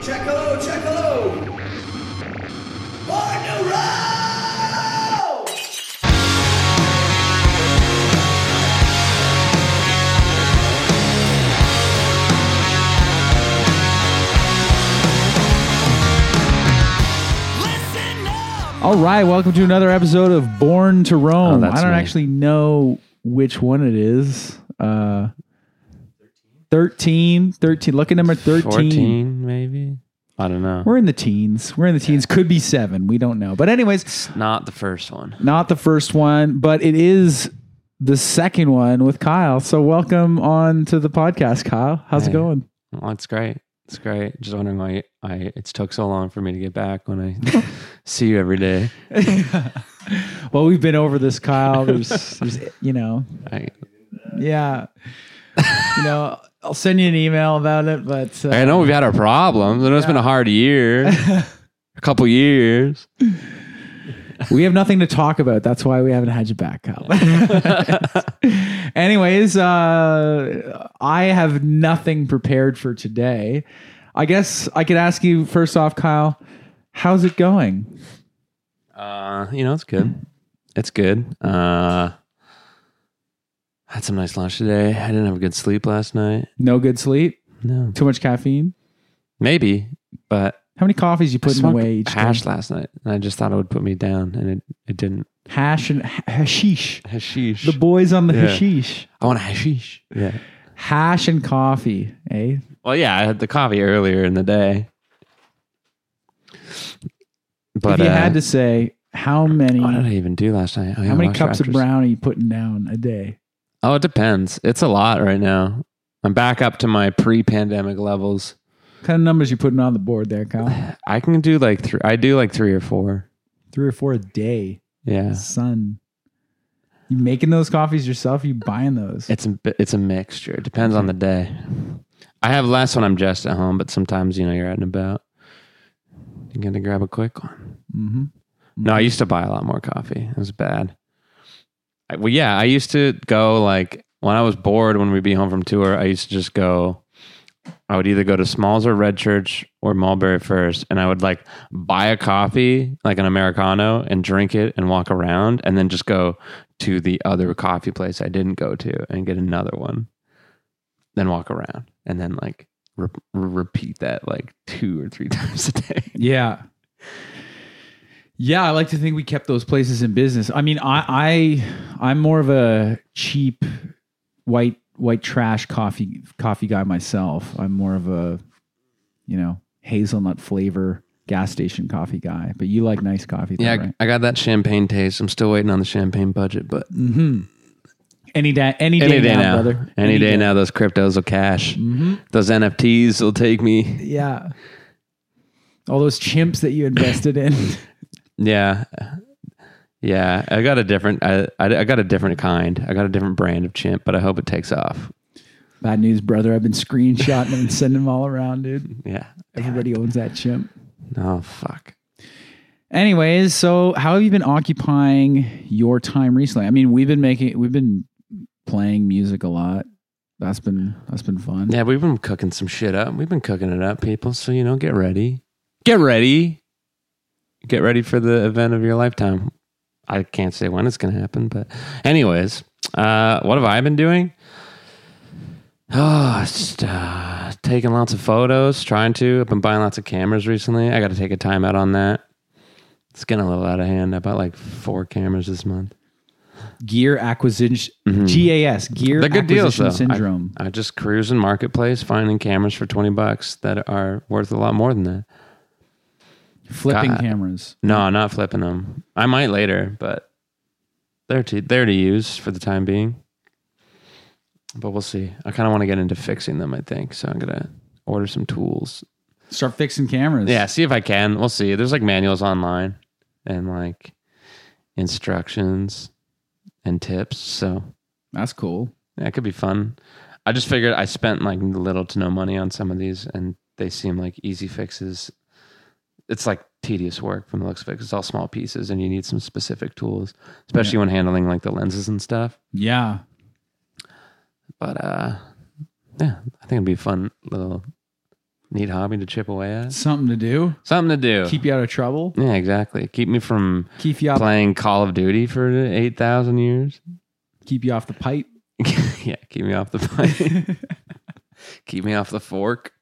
Checo, Checo! Born to roll! Listen up! All right, welcome to another episode of Born to Rome. Oh, I that's don't me. actually know which one it is. Uh, 13, 13, lucky number 13. 14 maybe i don't know We're in the teens. We're in the teens. Could be seven. We don't know. But, anyways, not the first one not the first one, but it is the second one with Kyle. So, welcome on to the podcast, Kyle. How's it Hey. going? well, it's great it's great just wondering why i it took so long for me to get back when i see you every day Well, we've been over this, Kyle. There's, there's you know, I, yeah. you know, I'll send you an email about it, but. Uh, I know we've had our problems i know it's been a hard year a couple years We have nothing to talk about. That's why we haven't had you back, Kyle. Anyways, uh, I have nothing prepared for today. I guess I could ask you first off, Kyle, how's it going? uh you know it's good it's good uh had some nice lunch today i didn't have a good sleep last night No good sleep? no Too much caffeine? maybe but How many coffees you I putting smoked away each day? hash last night and i just thought it would put me down and it, it didn't Hash and ha- hashish. hashish The boys on the Yeah. hashish. I want a hashish. Yeah. Hash and coffee, eh? Well, yeah, I had the coffee earlier in the day. But if you uh, had to say how many what did I even do last night? Oh, yeah, how many watched cups of Raptors. brown are you putting down a day? Oh, it depends. It's a lot right now. I'm back up to my pre-pandemic levels. What kind of numbers you putting on the board there, Kyle? I can do like three. I do like three or four. three or four a day. Yeah, Son, you making those coffees yourself? You buying those? it's a bi- it's a mixture. It depends on the day. I have less when I'm just at home, but sometimes you know you're out and about. You're gonna grab a quick one. Mm-hmm. No, I used to buy a lot more coffee. It was bad. I, well, yeah, I used to go like when I was bored when we'd be home from tour. I used to just go. I would either go to Smalls or Red Church or Mulberry first, and I would like buy a coffee, like an americano, and drink it and walk around, and then just go to the other coffee place I didn't go to and get another one, then walk around, and then like re- repeat that like two or three times a day. Yeah, yeah. I like to think we kept those places in business. I mean, I, I I'm more of a cheap white white trash coffee coffee guy myself. I'm more of a you know hazelnut flavor gas station coffee guy. But you like nice coffee, though, Yeah, right? I I got that champagne taste. I'm still waiting on the champagne budget, but Mm-hmm. Any day, any day, any day now, now, brother. any, day, now, those cryptos will cash. Mm-hmm. Those NFTs will take me. Yeah. All those chimps that you invested in. Yeah, yeah. I got a different. I, I I got a different kind. I got a different brand of chimp, but I hope it takes off. Bad news, brother. I've been screenshotting and sending them all around, dude. Yeah. Everybody owns that chimp. Oh fuck. Anyways, so how have you been occupying your time recently? I mean, we've been making, we've been playing music a lot. That's been that's been fun. Yeah, we've been cooking some shit up. We've been cooking it up, people. So you know, get ready. Get ready. Get ready for the event of your lifetime. I can't say when it's going to happen, but anyways, uh, what have I been doing? Oh, just uh, taking lots of photos, trying to. I've been buying lots of cameras recently. I got to take a time out on that. It's getting a little out of hand. I bought like four cameras this month. Gear acquisition, GAS, Mm-hmm. gear They're good deals, acquisition though. syndrome. I just cruise in marketplace, finding cameras for twenty bucks that are worth a lot more than that. Flipping God. cameras. No, I'm not flipping them. I might later, but they're to they're to use for the time being. But we'll see. I kind of want to get into fixing them. I think so. I'm gonna order some tools. Start fixing cameras. Yeah, see if I can. We'll see. There's like manuals online and like instructions and tips. So That's cool. that could be fun. I just figured I spent like little to no money on some of these, and they seem like easy fixes. It's like tedious work from the looks of it. 'cause It's all small pieces, and you need some specific tools, especially when handling like the lenses and stuff. Yeah. But uh, yeah, I think it'd be a fun little Need hobby to chip away at. Something to do. Something to do. Keep you out of trouble. yeah, exactly. Keep me from Keep you off, playing Call of Duty for eight thousand years. keep you off the pipe. yeah, keep me off the plane. keep me off the fork.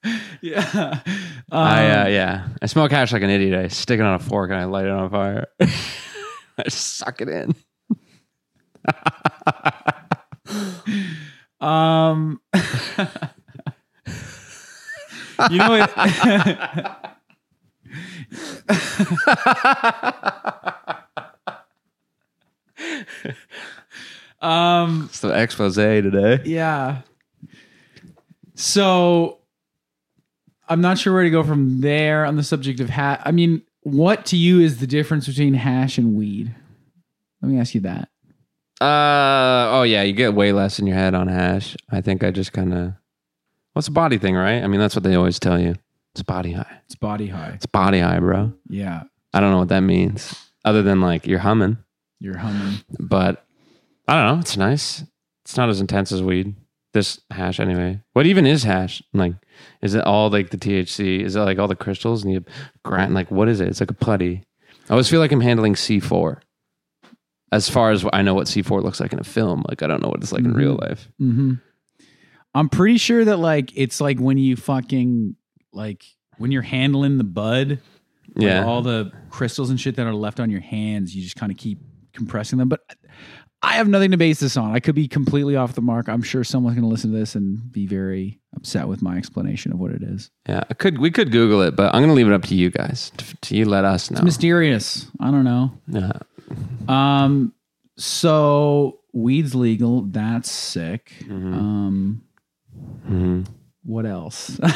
Yeah. Um, I uh, yeah, I smoke hash like an idiot. I stick it on a fork and I light it on fire. I just suck it in. Um, you know what? um, It's the expose today. yeah. So I'm not sure where to go from there on the subject of hash. I mean, what to you is the difference between hash and weed? Let me ask you that. Uh oh yeah, you get way less in your head on hash. I think I just kind of. What's it's a body thing, right? I mean, that's what they always tell you. It's body high. It's body high. It's body high, bro. Yeah. I don't know what that means, other than like you're humming. You're humming. but I don't know. It's nice. It's not as intense as weed. This hash, anyway. What even is hash? Like, is it all like the THC? Is it like all the crystals and you grind? Like, what is it? It's like a putty. I always feel like I'm handling C4. As far as I know what C4 looks like in a film, like, I don't know what it's like in real life. Mm-hmm. I'm pretty sure that like it's like when you fucking like when you're handling the bud, like, Yeah. all the crystals and shit that are left on your hands, you just kind of keep compressing them. But I have nothing to base this on. I could be completely off the mark. I'm sure someone's gonna listen to this and be very upset with my explanation of what it is. yeah. I could, we could Google it, but I'm going to leave it up to you guys. To, to you, let us know. Mysterious. I don't know. Yeah. Um, so weed's legal. That's sick. Um, what else?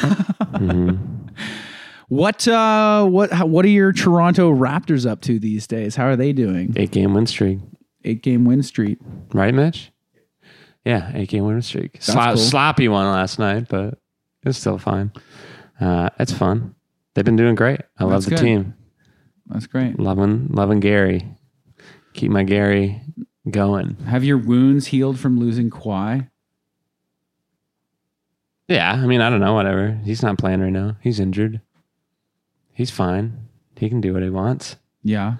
What uh, what how, what are your Toronto Raptors up to these days? How are they doing? Eight game win streak. Eight game win streak. Right, Mitch? Yeah, eight game winning streak. Sla- cool. Sloppy one last night, but it's still fine. Uh, it's fun. They've been doing great. I love That's the good. team. That's great. Loving, loving Gary. Keep my Gary going. Have your wounds healed from losing Kawhi? Yeah, I mean, I don't know. Whatever. He's not playing right now. He's injured. He's fine. He can do what he wants. Yeah,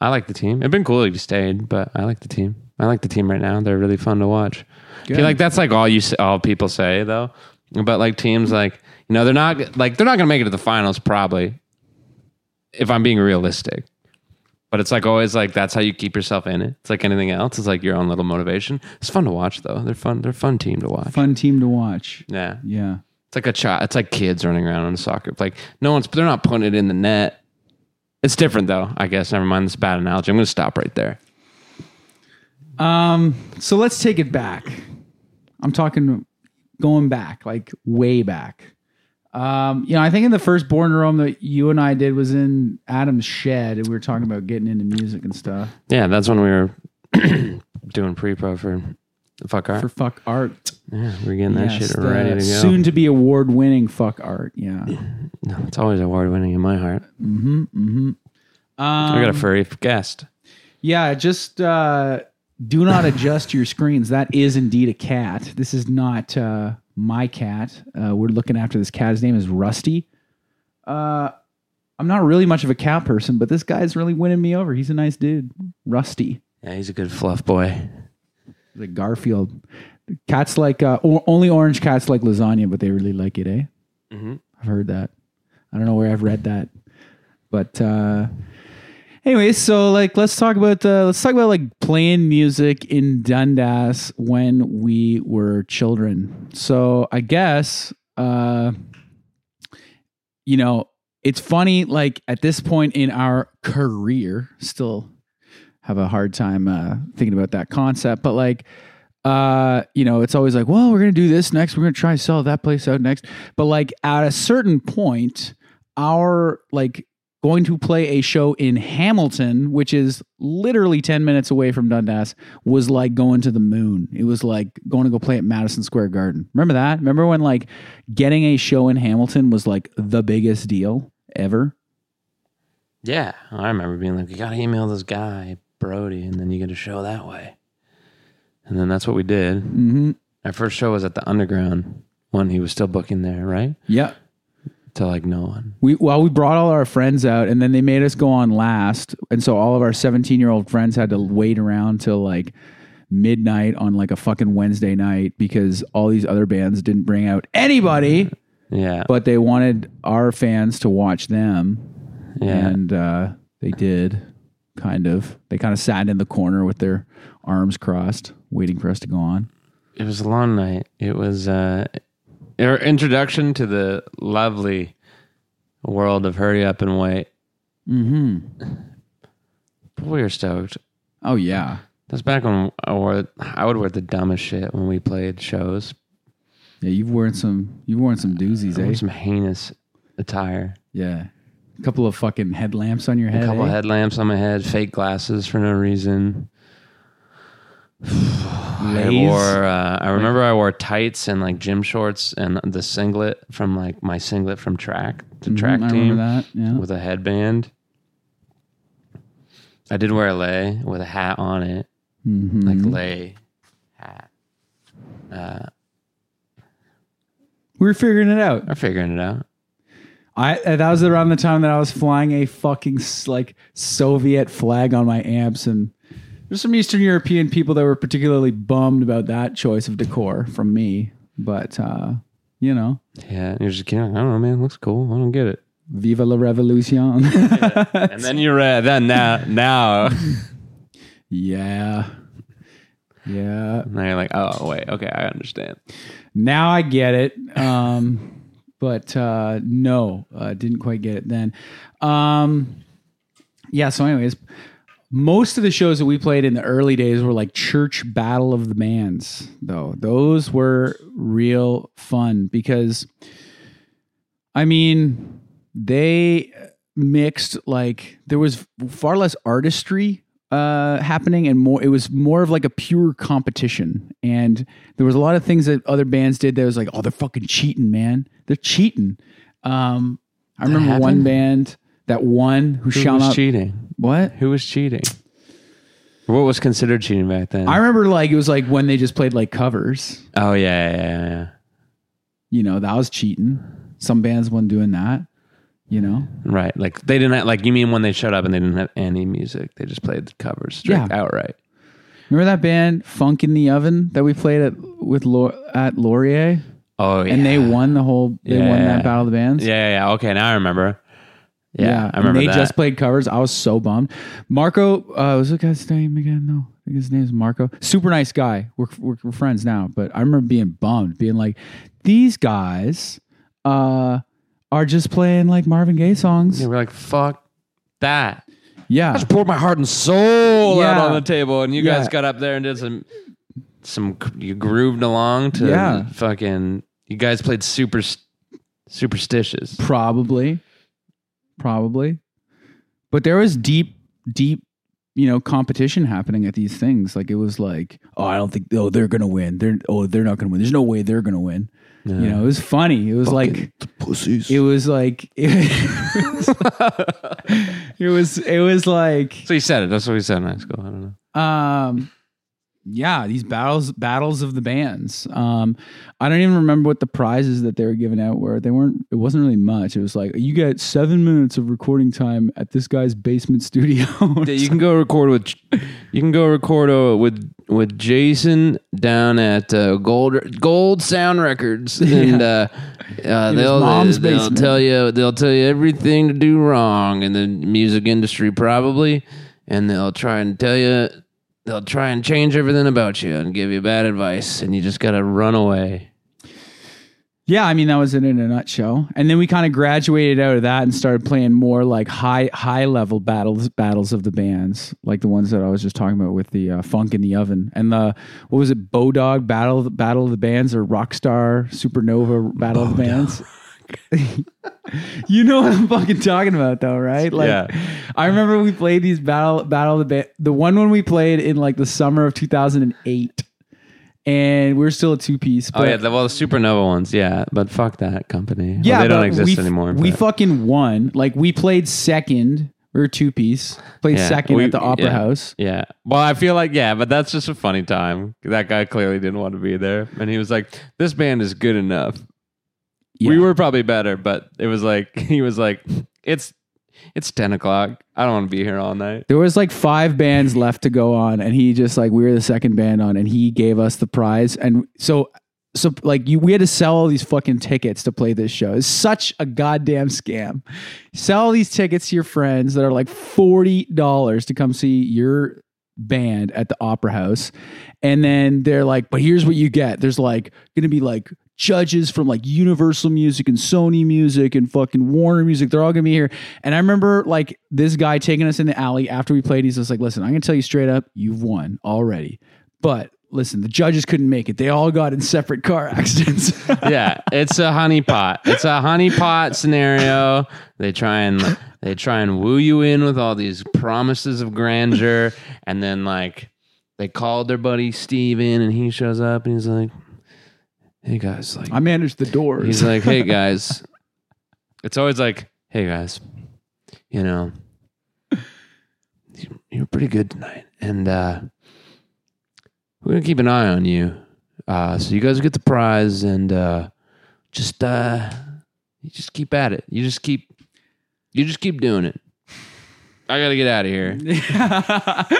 I like the team. It'd been cool if he stayed, but I like the team. I like the team right now. They're really fun to watch. I Good. feel like that's like all you s- all people say though about like teams like you know they're not like they're not gonna make it to the finals probably if I'm being realistic. But it's like always like that's how you keep yourself in it. It's like anything else. It's like your own little motivation. It's fun to watch though. They're fun. They're a fun team to watch. fun team to watch. Yeah, Yeah, it's like a child. It's like kids running around on a soccer. Like no one's. They're not putting it in the net. It's different though. I guess. Never mind. This bad analogy. I'm gonna stop right there. Um, so let's take it back. I'm talking going back, like way back. Um, you know, I think in the first Born in Rome that you and I did was in Adam's shed, and we were talking about getting into music and stuff Yeah, that's when we were doing pre-pro for fuck art. for fuck art. yeah, we're getting that Yes, shit the ready to go. Soon to be award winning fuck art. Yeah. No, it's always award-winning in my heart. Um, I got a furry f- guest. Yeah. Just uh, do not adjust your screens. That is indeed a cat. This is not uh, my cat. Uh, we're looking after this cat. His name is Rusty. Uh, I'm not really much of a cat person, but this guy's really winning me over. He's a nice dude. Rusty. Yeah, he's a good fluff boy. He's like Garfield. Cats like, uh, or, only orange cats like lasagna, but they really like it, eh? Mhm. I've heard that. I don't know where I've read that, but uh, anyway, so like, let's talk about uh, let's talk about like playing music in Dundas when we were children. So I guess uh, you know it's funny. Like at this point in our career, still have a hard time uh, thinking about that concept, but like uh, you know, it's always like, well, we're gonna do this next. We're gonna try and sell that place out next. But like at a certain point, our like going to play a show in Hamilton, which is literally ten minutes away from Dundas, was like going to the moon. It was like going to go play at Madison Square Garden. Remember that? Remember when like getting a show in Hamilton was like the biggest deal ever? Yeah, I remember being like, "You gotta email this guy Brody, and then you get a show that way." And then that's what we did. Mm-hmm. Our first show was at the Underground when he was still booking there, right? Yeah. to like no one. We well, we brought all our friends out, and then they made us go on last, and so all of our seventeen-year-old friends had to wait around till like midnight on like a fucking Wednesday night because all these other bands didn't bring out anybody, Yeah. but they wanted our fans to watch them, yeah. and uh, they did. Kind of, they kind of sat in the corner with their arms crossed, waiting for us to go on. it was a long night. It was uh, our introduction to the lovely world of hurry up and wait. Hmm. Mm-hmm. But we were stoked. Oh yeah. That's back when I wore I would wear the dumbest shit when we played shows. Yeah, you've worn some you've worn some doozies, I wore eh? Some heinous attire. Yeah. A couple of fucking headlamps on your head. A couple eh? headlamps on my head, fake glasses for no reason. I Lays? wore. Uh, I remember I wore tights and like gym shorts and the singlet from like my singlet from track to Mhm, track I team remember that. Yeah. with a headband. I did wear a lei with a hat on it, Mhm. like lei hat. Uh, we were figuring it out. I'm figuring it out. I uh, that was around the time that I was flying a fucking s- like Soviet flag on my amps and there's some Eastern European people that were particularly bummed about that choice of decor from me, but uh, you know, Yeah, and you're just kidding. I don't know, man. It looks cool. I don't get it. viva la revolution. And then you're uh, then now now yeah. Yeah. now you're like, oh wait, okay, I understand. Now I get it. Um, but uh, no, uh, didn't quite get it then. Um, yeah. So, anyways, most of the shows that we played in the early days were like church battle of the bands, though. Those were real fun because, I mean, they mixed like there was far less artistry uh happening and more it was more of like a pure competition and there was a lot of things that other bands did that was like oh they're fucking cheating man they're cheating um i remember one happened? band that won who, Who shall was not cheating? what Who was cheating? What was considered cheating back then? I remember like it was like when they just played like covers. oh yeah, yeah, yeah, yeah. You know, that was cheating. Some bands weren't doing that. You know, Right. Like they didn't have, like you mean when they showed up and they didn't have any music. They just played the covers straight Yeah. outright. remember that band Funk in the Oven that we played at with Lau- at Laurier, Oh yeah. and they won the whole. They won Yeah. that battle of the bands. Yeah, yeah, yeah. Okay, now I remember. Yeah, I and remember they that. just played covers. I was so bummed. Marco, uh, was the guy's name again? No, I think his name is Marco. Super nice guy. We're, we're, we're friends now, but I remember being bummed, being like, these guys uh, are just playing like Marvin Gaye songs. They were like, fuck that. Yeah. I poured my heart and soul Yeah. out on the table, and you guys Yeah. got up there and did some, some. You grooved along to Yeah. fucking. You guys played super, superstitious. Probably. Probably. But there was deep, deep, you know, competition happening at these things. Like it was like, oh, I don't think oh they're gonna win. They're oh they're not gonna win. There's no way they're gonna win. You know, it was funny. It was like pussies. It was like it was it was like So he said it. That's what he said in high school. I don't know. um yeah these battles battles of the bands um i don't even remember what the prizes that they were giving out were they weren't it wasn't really much it was like you get seven minutes of recording time at this guy's basement studio Yeah, you can go record with, you can go record uh, with with Jason down at uh, Gold Gold Sound Records, and uh, uh, they'll mom's they'll basement. tell you they'll tell you everything to do wrong in the music industry probably, and they'll try and tell you they'll try and change everything about you and give you bad advice, and you just gotta run away. yeah i mean that was it in a nutshell and then we kind of graduated out of that and started playing more like high high level battles battles of the bands like the ones that i was just talking about with the uh, funk in the oven and the what was it bodog battle battle of the bands or rockstar supernova battle of the bands you know what I'm fucking talking about, though, right? Like, Yeah. I remember we played these battle battle of the ba- the one one we played in like the summer of 2008, and we are still a two piece. Oh yeah, the, well the supernova ones, yeah, but fuck that company. Well, they but don't exist we f- anymore. We but- fucking won. Like we played second. We were two piece. Played Yeah, second we- at the Opera yeah, House. Yeah. Well, I feel like yeah, but that's just a funny time. That guy clearly didn't want to be there, and he was like, "This band is good enough." Yeah. We were probably better, but it was like he was like, it's it's ten o'clock. I don't want to be here all night. There was like five bands left to go on, and he just like we were the second band on, and he gave us the prize, and so so like you, we had to sell all these fucking tickets to play this show. It's such a goddamn scam. Sell all these tickets to your friends that are like forty dollars to come see your band at the opera house and then they're like but here's what you get there's like gonna be like judges from like universal music and sony music and fucking warner music they're all gonna be here and i remember like this guy taking us in the alley after we played he's just like listen i'm gonna tell you straight up you've won already but listen the judges couldn't make it they all got in separate car accidents yeah, it's a honeypot. It's a honeypot scenario. They try and they try and woo you in with all these promises of grandeur, and then like they called their buddy Steven and he shows up and he's like, "Hey guys, like i managed the doors He's like, hey guys. It's always like, hey guys, you know, you- you're pretty good tonight. And uh, we're going to keep an eye on you. Uh, so you guys get the prize and uh, just, uh, you just keep at it. You just keep, you just keep doing it. I got to get out of here.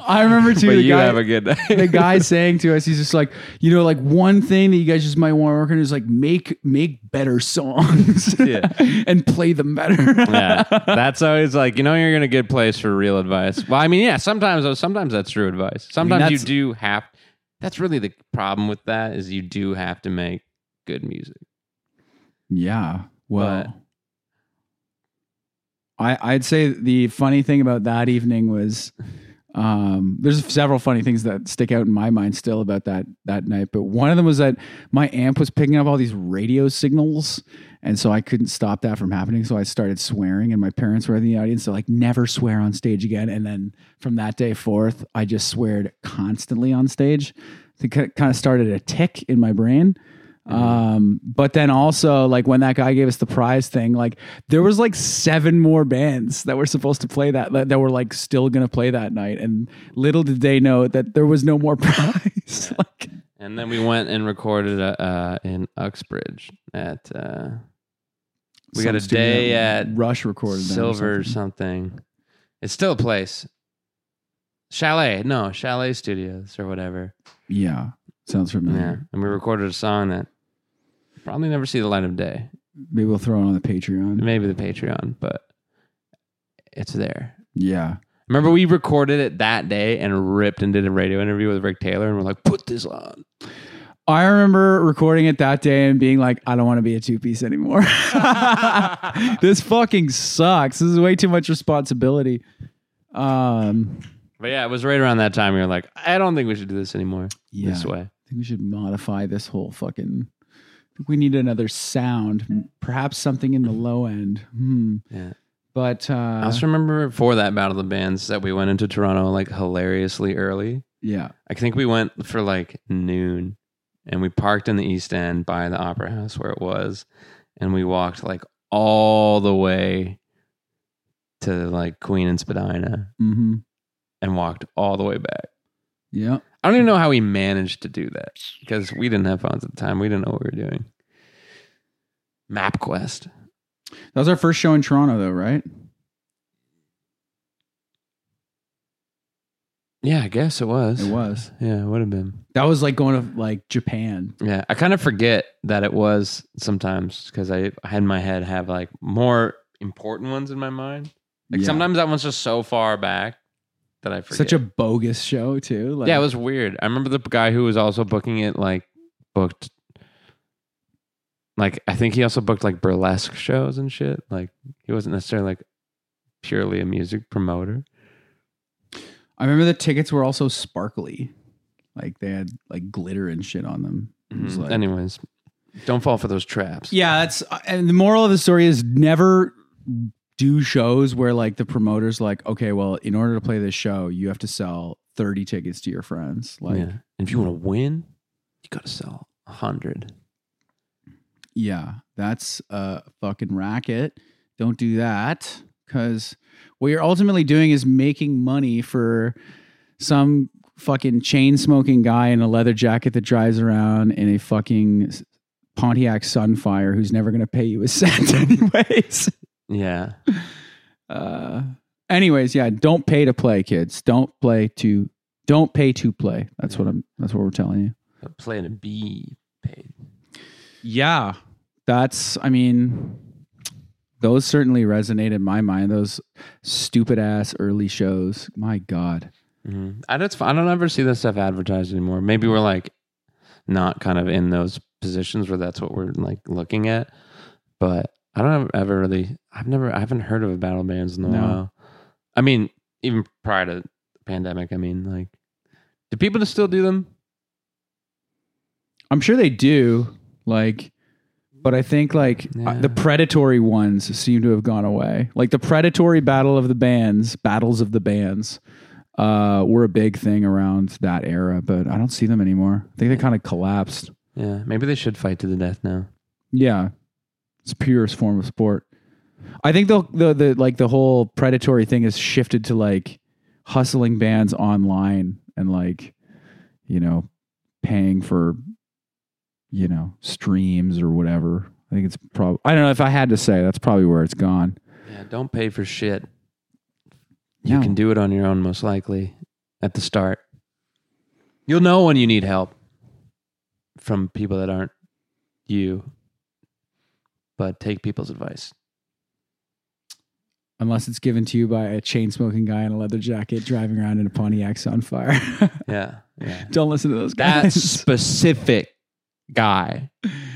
i remember too But the you guy- have a good the night. guy saying to us, he's just like, you know, like one thing that you guys just might want to work on is like make make better songs, Yeah. and play them better. yeah, that's always like you know you're in a good place for real advice. Well, I mean, yeah, sometimes sometimes that's true advice. Sometimes you that's- do have. That's really the problem with that is you do have to make good music. Yeah. Well, But- I I'd say the funny thing about that evening was um there's several funny things that stick out in my mind still about that that night, but one of them was that my amp was picking up all these radio signals and so I couldn't stop that from happening, so I started swearing and my parents were in the audience, so like never swear on stage again and then from that day forth, I just sweared constantly on stage. It kind of started a tick in my brain. Um, but then also like when that guy gave us the prize thing, like there was like seven more bands that were supposed to play that that, that were like still gonna play that night, and little did they know that there was no more prize. like, And then we went and recorded uh, uh, in Uxbridge at uh, We got some a studio day at Rush recorded that or Silver or something. something. It's still a place. Chalet, no, Chalet Studios or whatever. Yeah, sounds familiar. Yeah, and we recorded a song that probably never see the light of day. Maybe we'll throw it on the Patreon. maybe the Patreon, but it's there. Yeah, Remember, we recorded it that day and ripped and did a radio interview with Rick Taylor, and we're like, "Put this on." I remember recording it that day and being like, I don't want to be a two piece anymore. this fucking sucks. This is way too much responsibility. Um, But yeah, it was right around that time we were like, "I don't think we should do this anymore yeah, this way." I think we should modify this whole fucking. I think we need another sound, perhaps something in the low end. Hmm. Mm-hmm. Yeah. But I uh, also remember for that Battle of the Bands that we went into Toronto like hilariously early. yeah, I think we went for like noon, and we parked in the East End by the Opera House where it was, and we walked like all the way to like Queen and Spadina. mm-hmm. and walked all the way back. yeah. I don't even know how we managed to do that because we didn't have phones at the time. We didn't know what we were doing. MapQuest. That was our first show in Toronto, though, right? Yeah, I guess it was. It was. Yeah, it would have been. That was like going to like Japan. Yeah, I kind of forget that it was sometimes because I, I had in my head have like more important ones in my mind. Like Yeah. sometimes that one's just so far back that I forget. Such a bogus show too. Like, yeah, it was weird. I remember the guy who was also booking it, like booked, like I think he also booked like burlesque shows and shit. Like he wasn't necessarily like purely a music promoter. I remember the tickets were also sparkly, like they had like glitter and shit on them. It Mm-hmm. was like- Anyways, don't fall for those traps. Yeah, that's and the moral of the story is never do shows where like the promoters like, okay, well, in order to play this show, you have to sell 30 tickets to your friends. Like, yeah. yeah. And if you want to win, you gotta sell a hundred. that's a fucking racket. Don't do that cuz what you're ultimately doing is making money for some fucking chain smoking guy in a leather jacket that drives around in a fucking Pontiac Sunfire who's never going to pay you a cent anyways. Yeah. Uh, anyways, yeah, don't pay to play, kids. Don't play to don't pay to play. That's what I'm that's what we're telling you. Plan to be paid. Yeah. That's I mean those certainly resonate in my mind. Those stupid ass early shows. My God. hmm I, that's, I don't ever see that stuff advertised anymore. Maybe we're like not kind of in those positions where that's what we're like looking at. But I don't ever, ever really, I've never, I haven't heard of battle bands in a No. while. I mean, even prior to pandemic, I mean, like, do people just still do them? I'm sure they do, like, but I think like uh, the Yeah. predatory ones seem to have gone away. Like the predatory battle of the bands, battles of the bands, uh, were a big thing around that era. But I don't see them anymore. I think they kind of collapsed. Yeah. Maybe they should fight to the death now. Yeah, it's the purest form of sport. I think the the the like the whole predatory thing has shifted to like hustling bands online and like you know paying for you know streams or whatever. I think it's probably I don't know if I had to say that's probably where it's gone. Yeah. Don't pay for shit. You No. can do it on your own, most likely, at the start. You'll know when you need help from people that aren't you, but take people's advice. Unless it's given to you by a chain smoking guy in a leather jacket driving around in a Pontiac Sunfire. Yeah. Yeah. don't listen to those That guys. specific guy.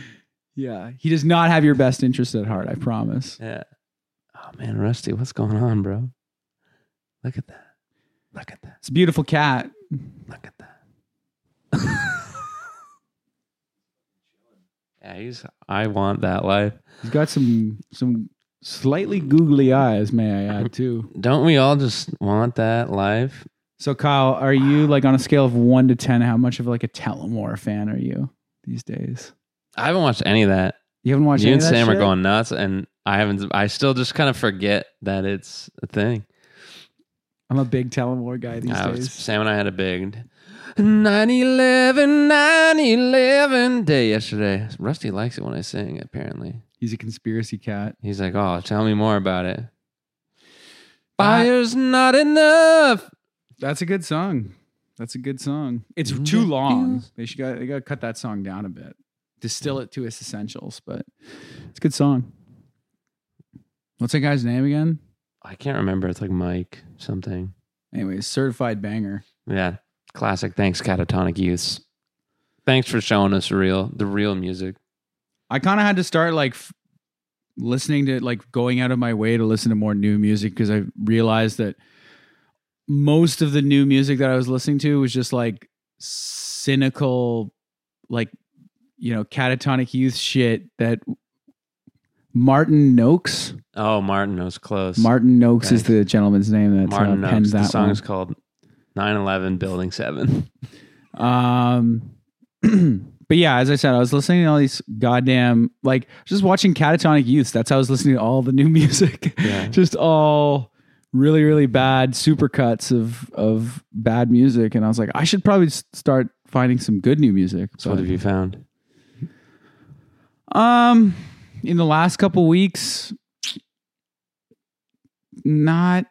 yeah, he does not have your best interest at heart. I promise. Yeah. Oh, man, Rusty, what's going on, bro? Look at that. Look at that. It's a beautiful cat. Look at that. yeah, he's, I want that life. He's got some some slightly googly eyes, may I add, too. Don't we all just want that life? So, Kyle, are you like on a scale of one to ten? How much of like a Telemore fan are you these days? I haven't watched any of that. You haven't watched. you any and of that Sam shit? are going nuts, and I haven't. I still just kind of forget that it's a thing. I'm a big Telemore guy these Uh, days. Sam and I had a big 9/11, 9/11 day yesterday. Rusty likes it when I sing. Apparently, He's a conspiracy cat. he's like, "Oh, tell me more about it." Uh, Fire's not enough. That's a good song. That's a good song. It's Mm. too long. They should got they got to cut that song down a bit. Distill it to its essentials, but it's a good song. What's that guy's name again? I can't remember. It's like Mike something. Anyways, certified banger. Yeah, classic. Thanks, Catatonic Youths. Thanks for showing us real the real music. I kind of had to start like f- listening to like going out of my way to listen to more new music because I realized that most of the new music that I was listening to was just like cynical, like you know, catatonic youth shit that Martin Noakes. Oh, Martin was close. Martin Noakes is Okay. the gentleman's name that's Martin uh, penned Knox. that The song one. is called 9/11 Building 7. Um, but yeah, as I said, I was listening to all these goddamn like just watching Catatonic Youths. That's how I was listening to all the new music. Yeah. just all really really bad supercuts of of bad music, and I was like, I should probably s- start finding some good new music. So what have you found? Um, in the last couple weeks, not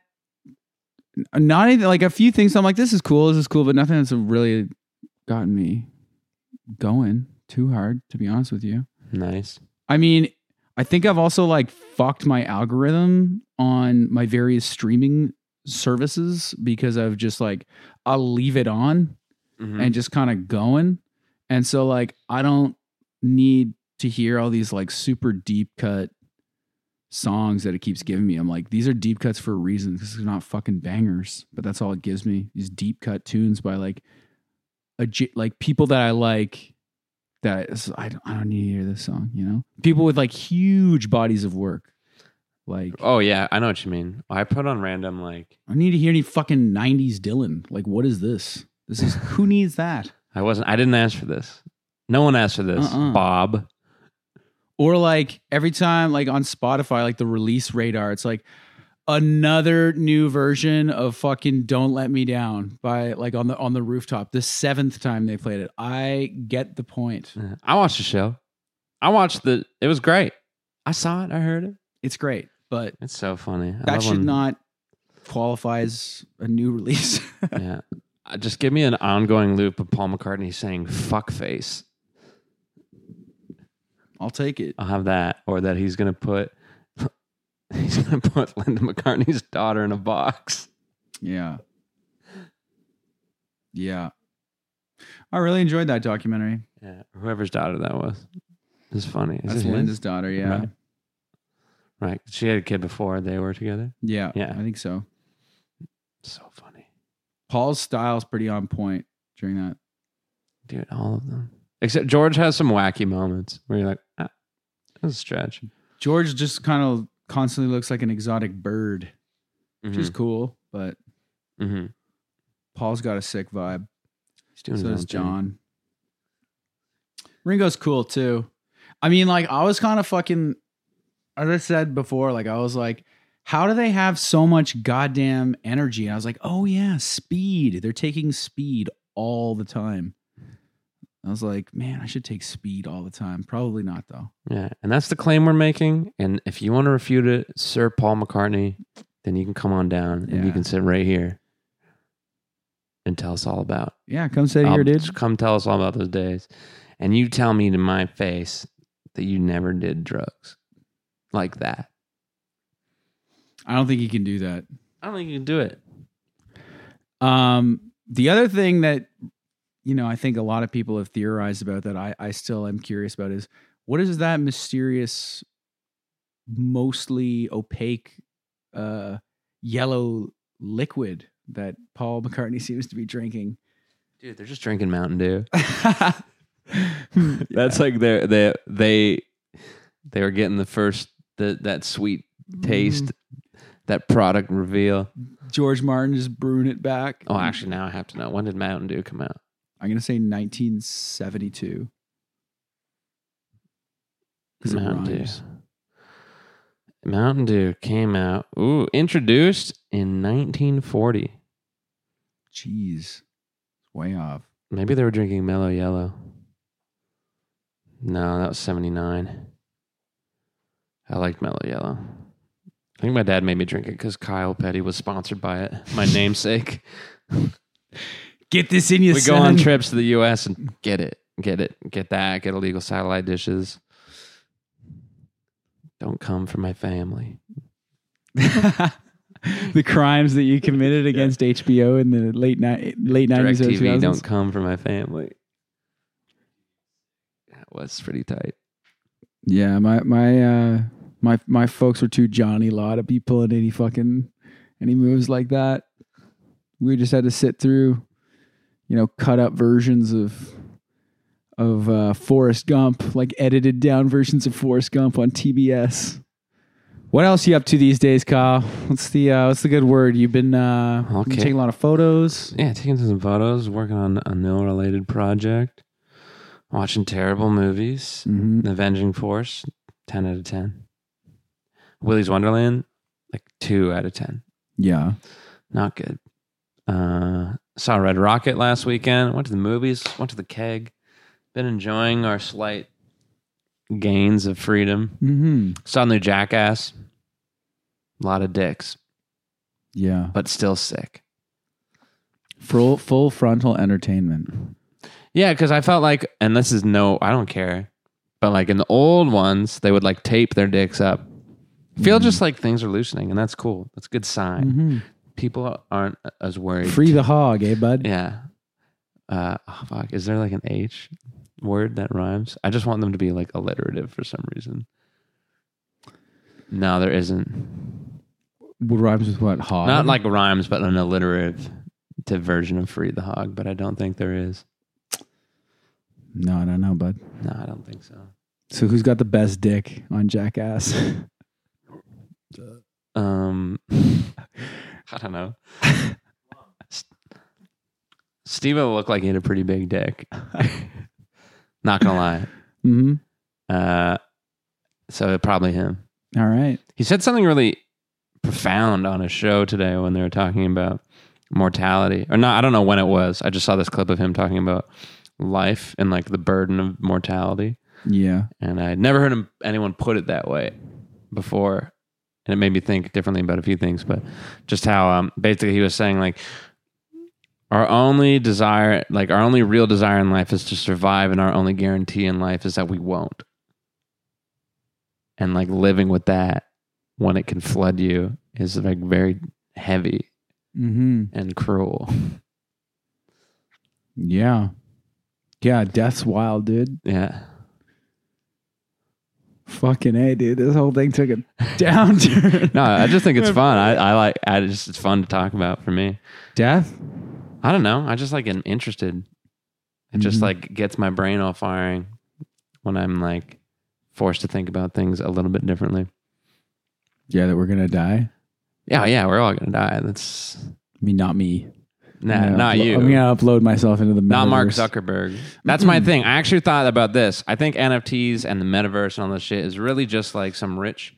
not anything like a few things. I'm like, this is cool, this is cool, but nothing that's really gotten me going too hard. To be honest with you, Nice. I mean, I think I've also like fucked my algorithm on my various streaming services because I've just like I'll leave it on Mm-hmm. and just kind of going. And so like I don't need to hear all these like super deep cut songs that it keeps giving me. I'm like, these are deep cuts for a reason because they're not fucking bangers, but that's all it gives me. These deep cut tunes by like a j- like people that I like that is, I don't, I don't need to hear this song, you know? People with like huge bodies of work. Like oh yeah, I know what you mean. I put on random like I don't need to hear any fucking 90s Dylan. Like what is this? This is who needs that? I wasn't I didn't ask for this. No one asked for this. Uh-uh. Bob. Or like every time, like on Spotify, like the release radar, it's like another new version of fucking "Don't Let Me Down" by like on the on the rooftop. The seventh time they played it, I get the point. Yeah. I watched the show. I watched the. It was great. I saw it. I heard it. It's great, but It's so funny. I that love should when- not qualify as a new release. Yeah. Uh, Just give me an ongoing loop of Paul McCartney saying "fuckface." I'll take it. I'll have that, or that he's gonna put he's gonna put Linda McCartney's daughter in a box. Yeah. Yeah. I really enjoyed that documentary. Yeah, whoever's daughter that was. It's funny. Is That's it his? Linda's daughter. Yeah. Right. Right. She had a kid before they were together. Yeah. Yeah. I think so. So funny. Paul's style's pretty on point during that. Dude, all of them. Except George has some wacky moments where you're like, ah, that's a stretch. George just kind of constantly looks like an exotic bird, which is cool, but mm-hmm. Paul's got a sick vibe. He's doing so his does own thing. John. Ringo's cool too. I mean, like, I was kind of fucking, as I said before, like, I was like, how do they have so much goddamn energy? And I was like, oh yeah, speed. They're taking speed all the time. I was like, man, I should take speed all the time. Probably not though. Yeah. And that's the claim we're making. And if you want to refute it, Sir Paul McCartney, then you can come on down and Yeah. you can sit right here and tell us all about Yeah, come sit here, Um, dude. just Come tell us all about those days. And you tell me to my face that you never did drugs like that. I don't think you can do that. I don't think you can do it. Um, the other thing that you know, I think a lot of people have theorized about that. I I still am curious about is what is that mysterious, mostly opaque, uh, yellow liquid that Paul McCartney seems to be drinking? Dude, they're just drinking Mountain Dew. That's That's like they they they they were getting the first the, that sweet taste, that product reveal. George Martin just brewing it back. Oh, actually, now I have to know when did Mountain Dew come out? I'm gonna say 1972 because it Mountain Dew. rhymes. Mountain Dew came out. Ooh, introduced in 1940. Jeez, way off. Maybe they were drinking Mellow Yellow. No, that was 79. I liked Mellow Yellow. I think my dad made me drink it because Kyle Petty was sponsored by it, my namesake. Get this in you. we go on trips to the U.S. and get it, get it, get that, get illegal satellite dishes. Don't come for my family. the crimes that you committed against HBO in the late ni- late Direct nineties, early TV, two don't thousands. come for my family. That was pretty tight. Yeah, my my uh, my my folks were too Johnny Law to be pulling any fucking any moves like that. We just had to sit through, you know, cut up versions of of uh, Forrest Gump, like edited down versions of Forrest Gump on TBS. What else you up to these days, Kyle? What's the uh, what's the good word? You've been, uh, been Okay. taking a lot of photos. Yeah, taking some photos, working on a nil related project, watching terrible movies. Mm-hmm. The Avenging Force, 10 out of 10. Willy's Wonderland, like 2 out of 10. Yeah. Not good. Uh, saw Red Rocket last weekend. Went to the movies, went to the keg. Been enjoying our slight gains of freedom. Mm-hmm. Saw the new Jackass. A lot of dicks, Yeah. but still sick. Full full frontal entertainment. Yeah, because I felt like, and this is no, I don't care, but like in the old ones, they would like tape their dicks up. Feel just like things are loosening, and that's cool. That's a good sign. People aren't as worried. Mm-hmm. Free the hog, eh, bud? Yeah. Uh, oh, fuck. Is there like an H word that rhymes? I just want them to be like alliterative for some reason. No, there isn't. What rhymes with what? Hog. Not like rhymes, but an alliterative version of Free the Hog, but I don't think there is. No, I don't know, bud. No, I don't think so. So who's got the best dick on Jackass? Um, I don't know. S- Steve looked like he had a pretty big dick. Not gonna mm-hmm. lie. Uh, so probably him. All right. He said something really profound on a show today when they were talking about mortality, or not. I don't know when it was. I just saw this clip of him talking about life and like the burden of mortality. Yeah. and I'd never heard him, anyone put it that way before, and it made me think differently about a few things. But just how um, basically he was saying like our only desire, like our only real desire in life is to survive, and our only guarantee in life is that we won't. And like living with that when it can flood you is like very heavy Mm-hmm. and cruel. Yeah. Yeah. Death's wild, dude. Yeah. Fucking a, dude. This whole thing took a downturn. No, I just think it's fun. I, I like. I just it's fun to talk about for me. Death. I don't know. I just like am interested. It just Mhm. like gets my brain all firing when I'm like forced to think about things a little bit differently. Yeah, that we're gonna die. Yeah, yeah, we're all gonna die. That's I mean, not me. nah, I'm gonna not uplo- you. I'm gonna upload myself into the not Mark metaverse. Zuckerberg. That's my thing. I actually thought about this. I think NFTs and the metaverse and all this shit is really just like some rich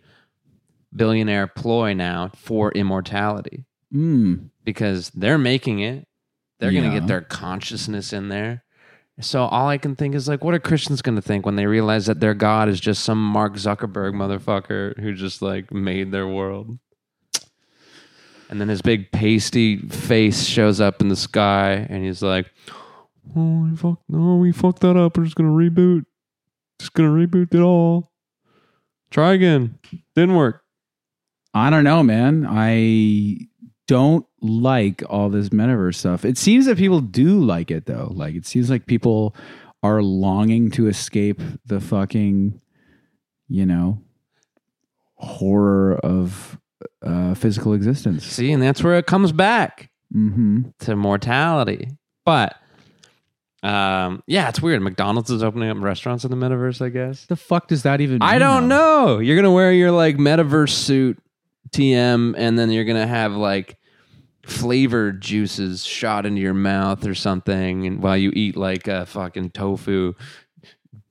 billionaire ploy now for immortality Mm. because they're making it. They're going to Yeah. get their consciousness in there. So all I can think is like, what are Christians going to think when they realize that their God is just some Mark Zuckerberg motherfucker who just like made their world? And then his big pasty face shows up in the sky, and he's like, "Oh, we fuck! No, we fucked that up. We're just gonna reboot. Just gonna reboot it all. Try again. Didn't work. I don't know, man. I don't like all this metaverse stuff. It seems that people do like it though. Like it seems like people are longing to escape the fucking, you know, horror of uh, physical existence. See, and that's where it comes back. hmm to mortality. But um, yeah, it's weird. McDonald's is opening up restaurants in the metaverse, I guess. The fuck does that even? I mean, don't though? know. You're gonna wear your like metaverse suit, TM, and then you're gonna have like flavored juices shot into your mouth or something, and while you eat like a fucking tofu.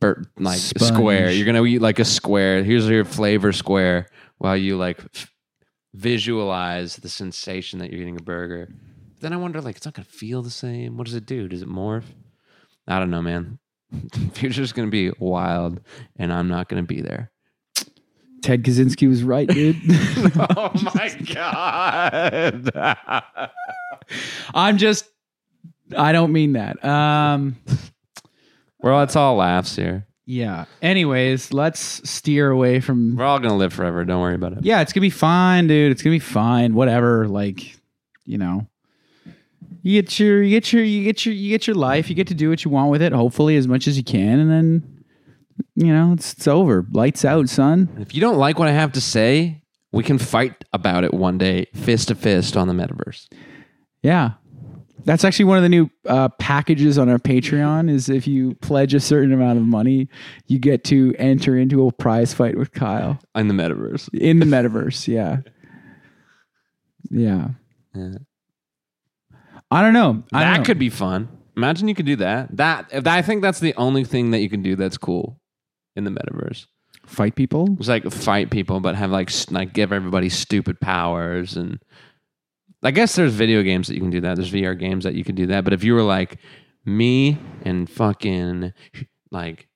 bur- like Sponge. square, you're gonna eat like a square. Here's your flavor square, while you like f- visualize the sensation that you're eating a burger. Then I wonder, like, it's not gonna feel the same. What does it do? Does it morph? I don't know, man. Future's gonna be wild, and I'm not gonna be there. Ted Kaczynski was right, dude. oh my god! I'm just. I don't mean that. Um. well, it's all laughs here. Yeah. Anyways, let's steer away from We're all gonna live forever. Don't worry about it. yeah, it's gonna be fine, dude. It's gonna be fine. Whatever, like, you know, you get your, you get your, you get your, you get your life. You get to do what you want with it, hopefully as much as you can, and then, you know, it's it's over. Lights out, son. If you don't like what I have to say, we can fight about it one day, fist to fist on the metaverse. Yeah, that's actually one of the new uh, packages on our Patreon. Is if you pledge a certain amount of money, you get to enter into a prize fight with Kyle In the metaverse. in the metaverse. Yeah, yeah. Yeah. I don't know. I don't That know. could be fun. Imagine you could do that. That I think that's the only thing that you can do that's cool in the metaverse. fight people. It's like fight people, but have like s- like give everybody stupid powers and I guess there's video games that you can do that. There's VR games that you can do that. But if you were like me and fucking like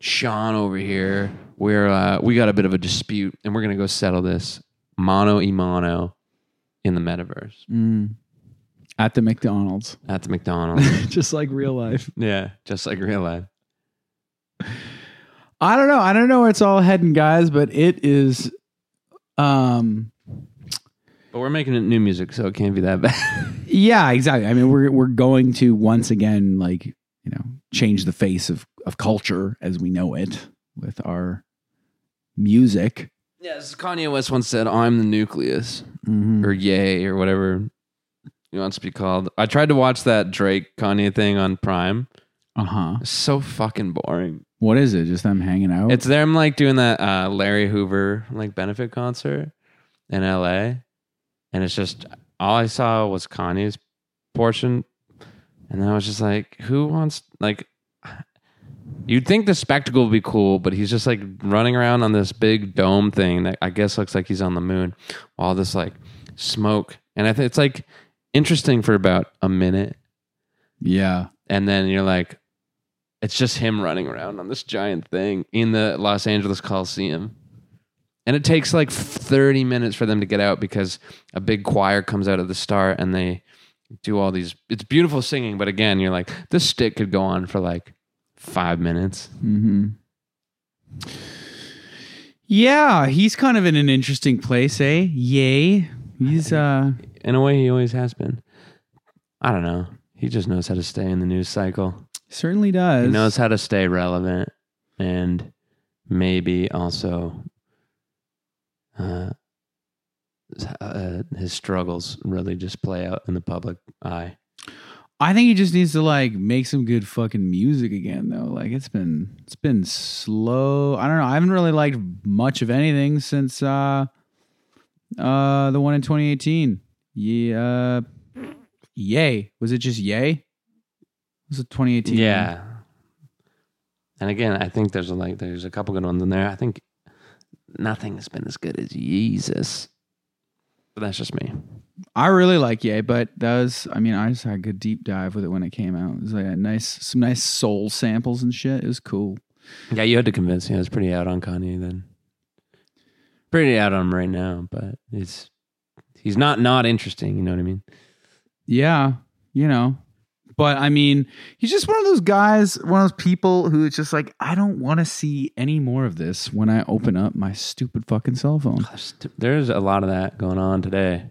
Sean over here, we're uh, we got a bit of a dispute and we're gonna go settle this mono e mono in the metaverse Mm. At the McDonald's, at the McDonald's. just like real life. yeah, just like real life. I don't know. I don't know where it's all heading, guys, but it is. Um. But we're making it new music, so it can't be that bad. Yeah, exactly. I mean, we're we're going to once again, like you know, change the face of of culture as we know it with our music. yes, Kanye West once said, "I'm the nucleus." Mhm. or Yay or whatever he wants to be called. I tried to watch that Drake Kanye thing on Prime. Uh huh. It's so fucking boring. What is it? Just them hanging out. It's them like doing that uh, Larry Hoover like benefit concert in LA. And it's just all I saw was Kanye's portion. And I was just like, who wants like you'd think the spectacle would be cool, but he's just like running around on this big dome thing that I guess looks like he's on the moon. All this like smoke. And I think it's like interesting for about a minute yeah. and then you're like, It's just him running around on this giant thing in the Los Angeles Coliseum. And it takes like 30 minutes for them to get out because a big choir comes out at the start and they do all these. It's beautiful singing, but again, you're like, this stick could go on for like five minutes. Mm-hmm. Yeah, he's kind of in an interesting place, eh? Yay. He's uh In a way, he always has been. I don't know. He just knows how to stay in the news cycle. certainly does. He knows how to stay relevant and maybe also uh, uh, his struggles really just play out in the public eye. I think he just needs to like make some good fucking music again though. Like it's been it's been slow. I don't know. I haven't really liked much of anything since uh uh the one in 2018. Yeah. Yay. Was it just yay? Was it 2018? Yeah. And again, I think there's like there's a couple good ones in there. I think nothing has been as good as Jesus. But that's just me. I really like Yay, but that was I mean, I just had a good deep dive with it when it came out. It was like a nice some nice soul samples and shit. It was cool. Yeah, you had to convince me. I was pretty out on Kanye then. Pretty out on him right now, but it's he's not not interesting. You know what I mean? Yeah, you know. But I mean, he's just one of those guys, one of those people who is just like, I don't want to see any more of this when I open up my stupid fucking cell phone. There's a lot of that going on today.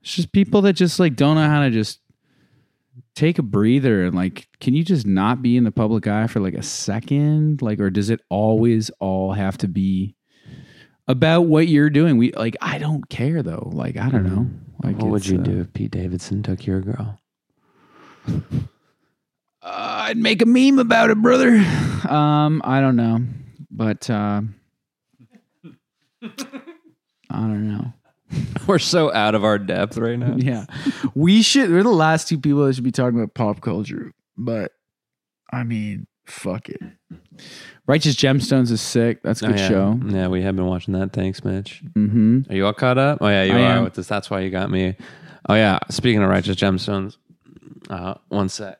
It's just people that just like don't know how to just take a breather and like, can you just not be in the public eye for like a second? Like, or does it always all have to be about what you're doing? We like, I don't care though. Like, I don't know. Like, Mm-hmm. what would it's, you uh, do if Pete Davidson took your girl? Uh, I'd make a meme about it, brother. Um, I don't know, but uh, I don't know. We're so out of our depth right now. Yeah, we should. We're the last two people that should be talking about pop culture, but I mean, fuck it. Righteous Gemstones is sick. That's a Oh, good yeah. show. Yeah, we have been watching that. Thanks, Mitch. Mm-hmm. Are you all caught up? Oh yeah, you I are am. with this. That's why you got me. Oh yeah. Speaking of righteous gemstones, uh, one sec.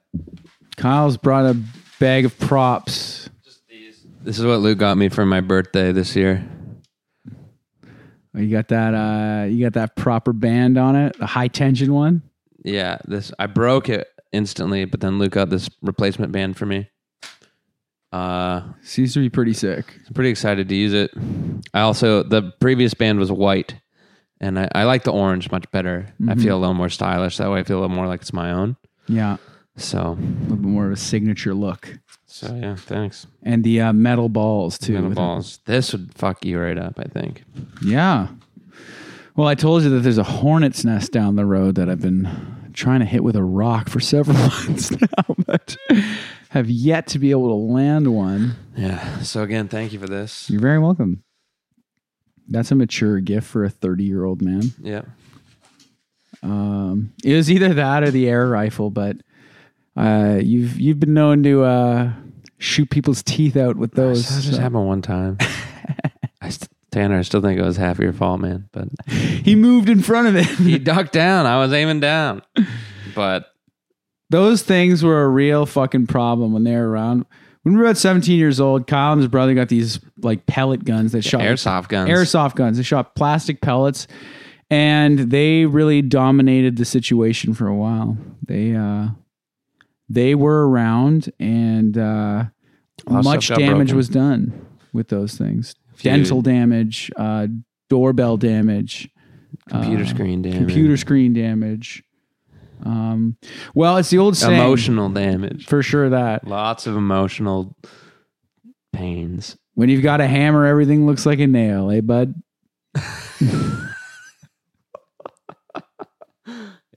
Kyle's brought a bag of props. This is what Luke got me for my birthday this year. Oh, You got that? Uh, you got that proper band on it, the high tension one. Yeah, this I broke it instantly, but then Luke got this replacement band for me. Uh, Seems to be pretty sick. I'm pretty excited to use it. I also the previous band was white, and I, I like the orange much better. I feel a little more stylish that way. I feel a little more like it's my own. Yeah, So, a little bit more of a signature look. so yeah, thanks. and the uh, metal balls too. Metal with it. balls. This would fuck you right up. I think. Yeah. Well, I told you that there's a hornet's nest down the road that I've been trying to hit with a rock for several months now, but have yet to be able to land one. Yeah. So again, thank you for this. You're very welcome. That's a mature gift for a 30 year old man. Yeah. Um, it was either that or the air rifle, but uh, you've you've been known to uh, shoot people's teeth out with those. So that just so- happened one time. I st- Tanner, I still think it was half your fault, man. But He moved in front of it. he ducked down. I was aiming down, but those things were a real fucking problem when they were around. When we were about 17 years old, Kyle and his brother got these like pellet guns that shot airsoft guns. airsoft guns. They shot plastic pellets and they really dominated the situation for a while. They uh they were around and uh lot of much stuff got damage broken. was done with those things. Few- Dental damage, uh doorbell damage computer uh, screen damage, computer screen damage. Um, well, it's the old saying, emotional damage, for sure that lots of emotional pains. when you've got a hammer, everything looks like a nail, eh, bud?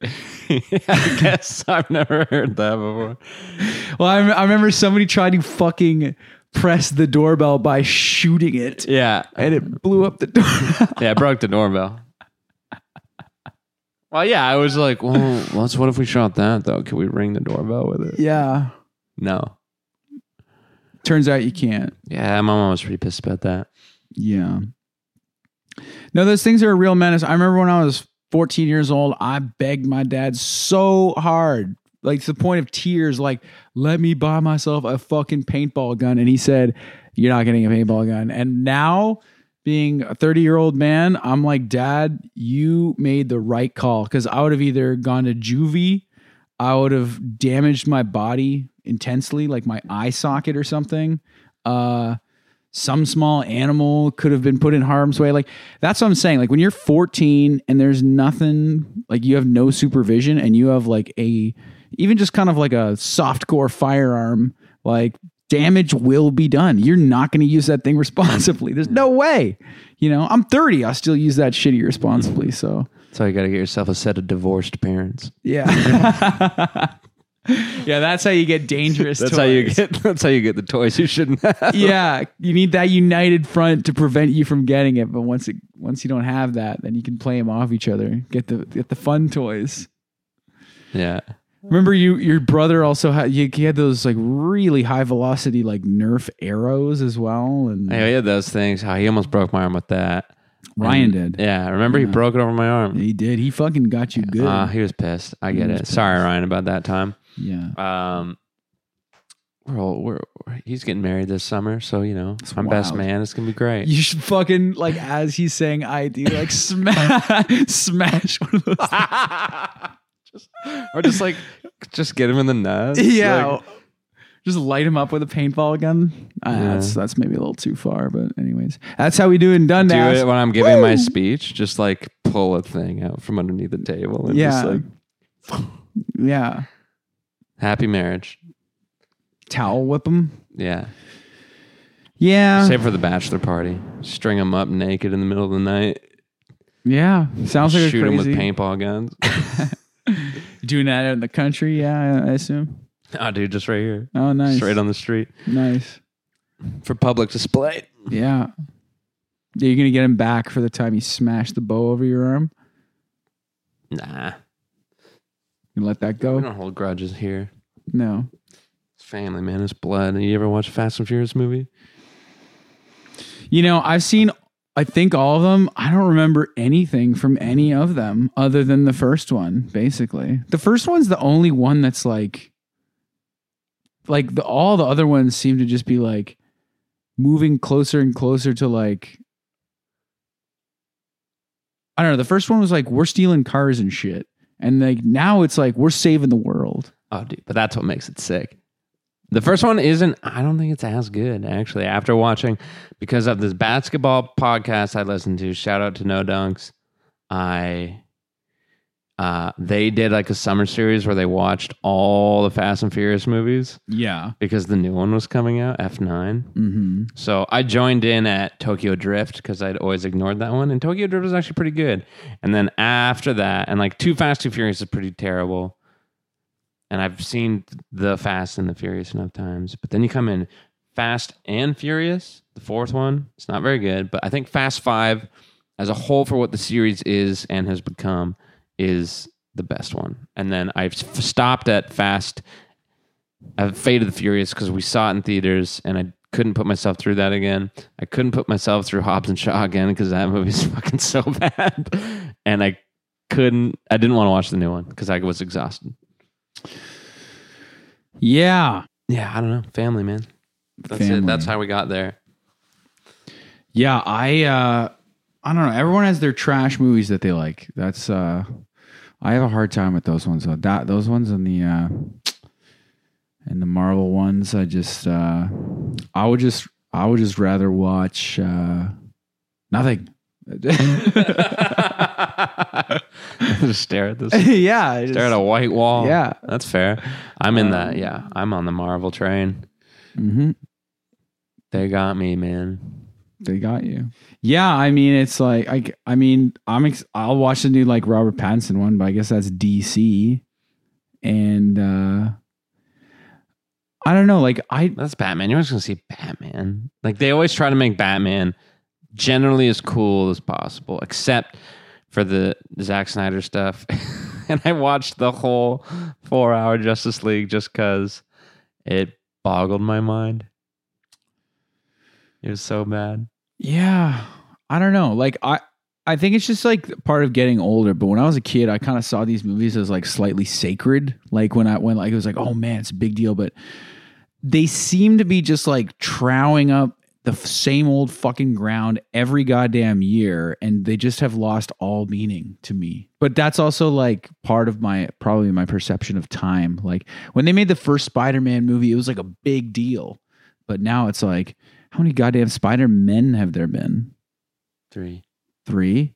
I guess I've never heard that before. Well, I, I remember somebody tried to fucking press the doorbell by shooting it, Yeah, and it blew up the doorbell. yeah, I broke the doorbell. Well, yeah, I was like, well, let's. What if we shot that though? Can we ring the doorbell with it? yeah, No. turns out you can't. Yeah, my mom was pretty pissed about that. Yeah. No, those things are a real menace. I remember when I was 14 years old, I begged my dad so hard like it's the point of tears. Like, let me buy myself a fucking paintball gun. And he said, "You're not getting a paintball gun." And now, being a 30 year old man, I'm like, Dad, you made the right call because I would have either gone to juvie, I would have damaged my body intensely, like my eye socket or something. Uh, some small animal could have been put in harm's way. Like that's what I'm saying. Like when you're 14 and there's nothing, like you have no supervision and you have like a even just kind of like a softcore firearm, like damage will be done. You're not going to use that thing responsibly. There's no way. You know, I'm 30, I still use that shitty responsibly. So So you got to get yourself a set of divorced parents. yeah. yeah, that's how you get dangerous. That's how you toys. get. That's how you get the toys you shouldn't have. yeah, you need that united front to prevent you from getting it. But once it once you don't have that, then you can play them off each other. Get the get the fun toys. Yeah. Remember, you your brother also had he he had those like really high velocity like Nerf arrows as well. And Hey, we had those things. How he almost broke my arm with that. Ryan And- did. Yeah, remember he broke it over my arm. He did. He fucking got you good. Uh, he was pissed. I get was it. Sorry, Ryan, about that time. yeah. Um, we're all, we're he's getting married this summer, so you know I'm best wild. man. It's gonna be great. You should fucking like as he's saying I do like smash smash one of those. or just like just get him in the nuts. Yeah. Like, just light him up with a paintball gun. Uh, Yeah. That's that's maybe a little too far, but anyways, that's how we do in do Dundas. it when I'm giving my speech. Just like pull a thing out from underneath the table and yeah, just like yeah. happy marriage. Towel whip him. Yeah. Yeah, Save for the bachelor party. String him up naked in the middle of the night. yeah. Sounds like a Shoot him with crazy. paintball guns. Doing that out in the country. Yeah, I- I assume. oh, dude, just right here. Oh, nice. Straight on the street Nice. for public display. Yeah. Yeah, you're gonna get him back for the time you smashed the bow over your arm. Nah, You let that we go. don't hold grudges here. No. It's family, man. It's blood. You ever watch a Fast and Furious movie? You know, I've seen, I think all of them. I don't remember anything from any of them other than the first one, basically. The first one's the only one that's like, like the, all the other ones seem to just be like moving closer and closer to like, I don't know. The first one was like, we're stealing cars and shit. And like now it's like, we're saving the world. Oh, dude, but that's what makes it sick. The first one isn't. I don't think it's as good actually. After watching, because of this basketball podcast I listened to, shout out to No Dunks. I, uh, they did like a summer series where they watched all the Fast and Furious movies Yeah. because the new one was coming out, F nine. Mm-hmm. So I joined in at Tokyo Drift because I'd always ignored that one, and Tokyo Drift was actually pretty good. And then after that, and like Too Fast, Too Furious is pretty terrible. And I've seen the Fast and the Furious enough times, but then you come in Fast and Furious, the fourth one. It's not very good, but I think Fast Five, as a whole, for what the series is and has become, is the best one. And then I've f- stopped at Fast I've Fate of the Furious because we saw it in theaters and I couldn't put myself through that again. I couldn't put myself through Hobbs and Shaw again because that movie's fucking so bad. And I couldn't, I didn't want to watch the new one because I was exhausted. Yeah. Yeah, I don't know. Family, man. That's it. Family. That's how we got there. Yeah, I uh I don't know. Everyone has their trash movies that they like. That's uh I have a hard time with those ones. though. That those ones and the uh and the Marvel ones, I just uh I would just I would just rather watch uh nothing. Just stare at this. yeah, I just- Stare at a white wall. Yeah. That's fair. I'm in that. Yeah. I'm on the Marvel train. Mhm. They got me, man. they got you. Yeah, I mean it's like I I mean I'm ex- I'll watch the new like Robert Pattinson one, but I guess that's DC, and uh I don't know. Like I That's Batman. You're always gonna see Batman. Like they always try to make Batman generally as cool as possible, except for the Zack Snyder stuff. and I watched the whole four hour Justice League just because it boggled my mind. It was so bad. Yeah. I don't know. Like I I think it's just like part of getting older. But when I was a kid, I kind of saw these movies as like slightly sacred. Like when I went, like it was like, oh man, it's a big deal. But they seem to be just like trowing up the f- same old fucking ground every goddamn year, and they just have lost all meaning to me. But that's also like part of my probably my perception of time. Like when they made the first Spider-Man movie, it was like a big deal. But now it's like, how many goddamn Spider-Men have there been? Three. Three.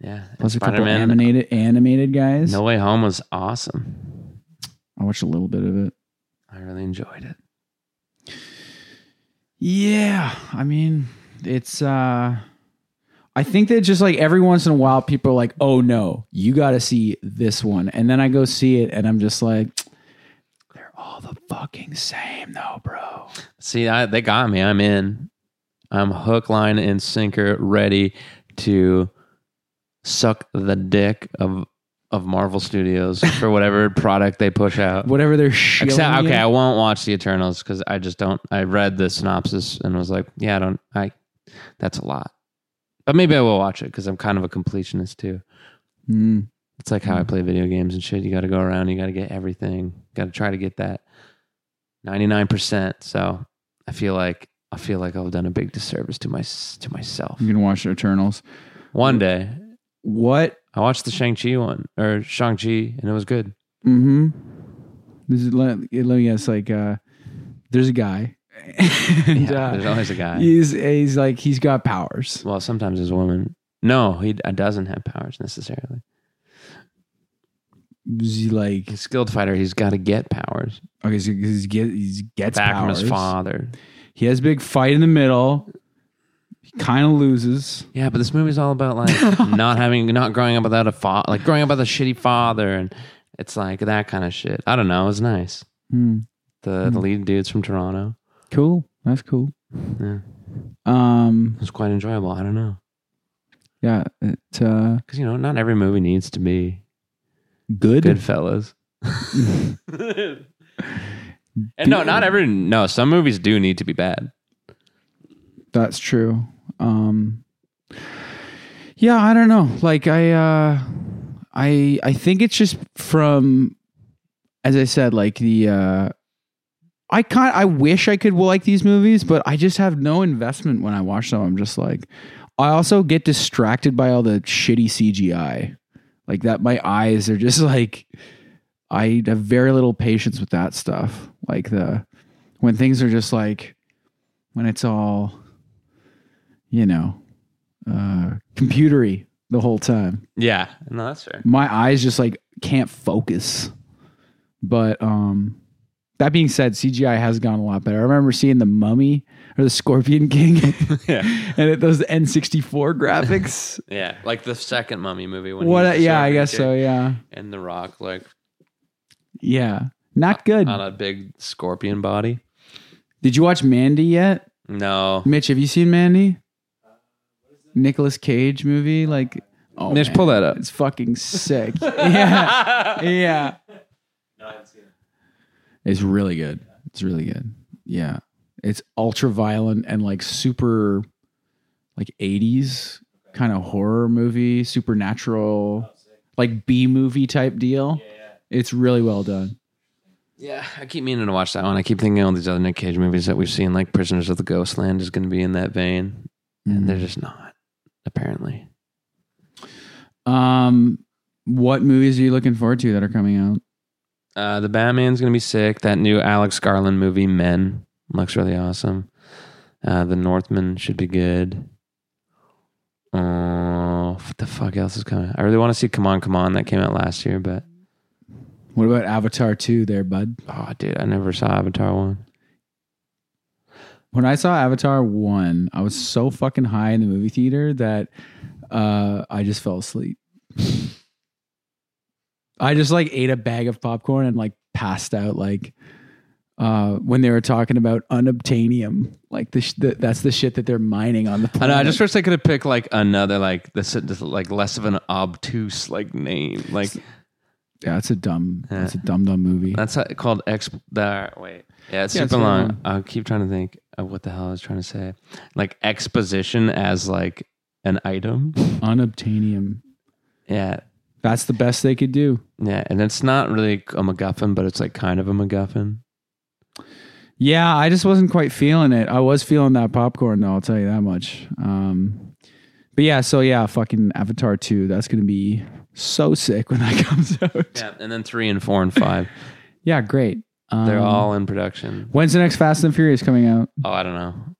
Yeah. and Plus a couple Spider-Man. animated animated guys. No Way Home was awesome. I watched a little bit of it. I really enjoyed it. Yeah, I mean, it's uh I think that just like every once in a while people are like, "Oh no, you got to see this one." And then I go see it and I'm just like they're all the fucking same though, bro. See, I, they got me. I'm in. I'm hook, line, and sinker, ready to suck the dick of of Marvel Studios for whatever product they push out. Whatever they're shilling Except, you. okay, I won't watch the Eternals because I just don't. I read the synopsis and was like, yeah, I don't. I that's a lot, but maybe I will watch it because I'm kind of a completionist too. Mm. It's like how I play video games and shit. You got to go around. You got to get everything. Got to try to get that ninety nine percent. So I feel like I feel like I've done a big disservice to my to myself. You can watch Eternals. One day What? I watched the Shang Chi one or Shang Chi and it was good. Mhm. This is let, let me guess like uh there's a guy. and, Yeah, uh, there's always a guy. he's he's like he's got powers. Well, sometimes there's a woman. No, he d- doesn't have powers necessarily. Is he like He's a skilled fighter. He's got to get powers okay, so he's get he gets back from powers. his father. He has a big fight in the middle. He kind of loses. Yeah, but this movie's all about like not having, not growing up without a father, like growing up with a shitty father, and it's like that kind of shit. I don't know. It was nice. The the lead dude's from Toronto. Hmm. Cool. That's cool. Yeah, Um. it was quite enjoyable. I don't know Yeah. It's uh, because you know not every movie needs to be good. Goodfellas. and no, not every. No, some movies do need to be bad. That's true. Um. Yeah, I don't know. Like I, uh, I, I think it's just from, as I said, like the. uh I kind I wish I could like these movies, but I just have no investment when I watch them. I'm just like, I also get distracted by all the shitty CGI. Like that, my eyes are just like, I have very little patience with that stuff. Like the, when things are just like, when it's all, you know, uh, computery the whole time. Yeah, no, that's fair. My eyes just like can't focus. But um that being said, CGI has gone a lot better. I remember seeing the Mummy or the Scorpion King, Yeah, and it, those N64 graphics. yeah, like the second Mummy movie. When he was what? the Yeah, I servant guess kid. so. Yeah, and The Rock like yeah, not good. on Uh, a big scorpion body. Did you watch Mandy yet, No, Mitch? Have you seen Mandy? Uh, Nicholas Cage movie, like oh, Mitch, man, pull that up. It's fucking sick. yeah, yeah. It's really good. It's really good. Yeah. It's ultra violent and like super like 80s kind of horror movie, supernatural, like B movie type deal. It's really well done. Yeah, I keep meaning to watch that one. I keep thinking all these other Nick Cage movies that we've seen, like Prisoners of the Ghostland, is going to be in that vein, and they're just not. Apparently, Um what movies are you looking forward to that are coming out? uh, the Batman's going to be sick. That new Alex Garland movie, Men, looks really awesome. Uh, the Northman should be good. Uh, what the fuck else is coming? I really want to see Come On, Come On that came out last year, but What about Avatar 2 there, bud? oh, dude, I never saw Avatar one. When I saw Avatar 1, I was so fucking high in the movie theater that uh, I just fell asleep. I just like ate a bag of popcorn and like passed out like uh, when they were talking about unobtainium, like the, sh- the that's the shit that they're mining on the I planet. know. I just wish they could have picked like another, like this, this like less of an obtuse like name. Like yeah, that's a dumb, Yeah. that's a dumb dumb movie. that's how- called ex. The, wait, yeah, it's Yeah, it's super long. long. I keep trying to think of what the hell I was trying to say. Like exposition as like an item. Unobtainium. Yeah. That's the best they could do. Yeah. And it's not really a MacGuffin, but it's like kind of a MacGuffin. Yeah, I just wasn't quite feeling it. I was feeling that popcorn though, I'll tell you that much. Um but yeah, so yeah, fucking Avatar 2, that's going to be so sick when that comes out. Yeah, Yeah. And then three and four and five. great. Um, They're all in production. When's the next Fast and Furious coming out? Oh, I don't know.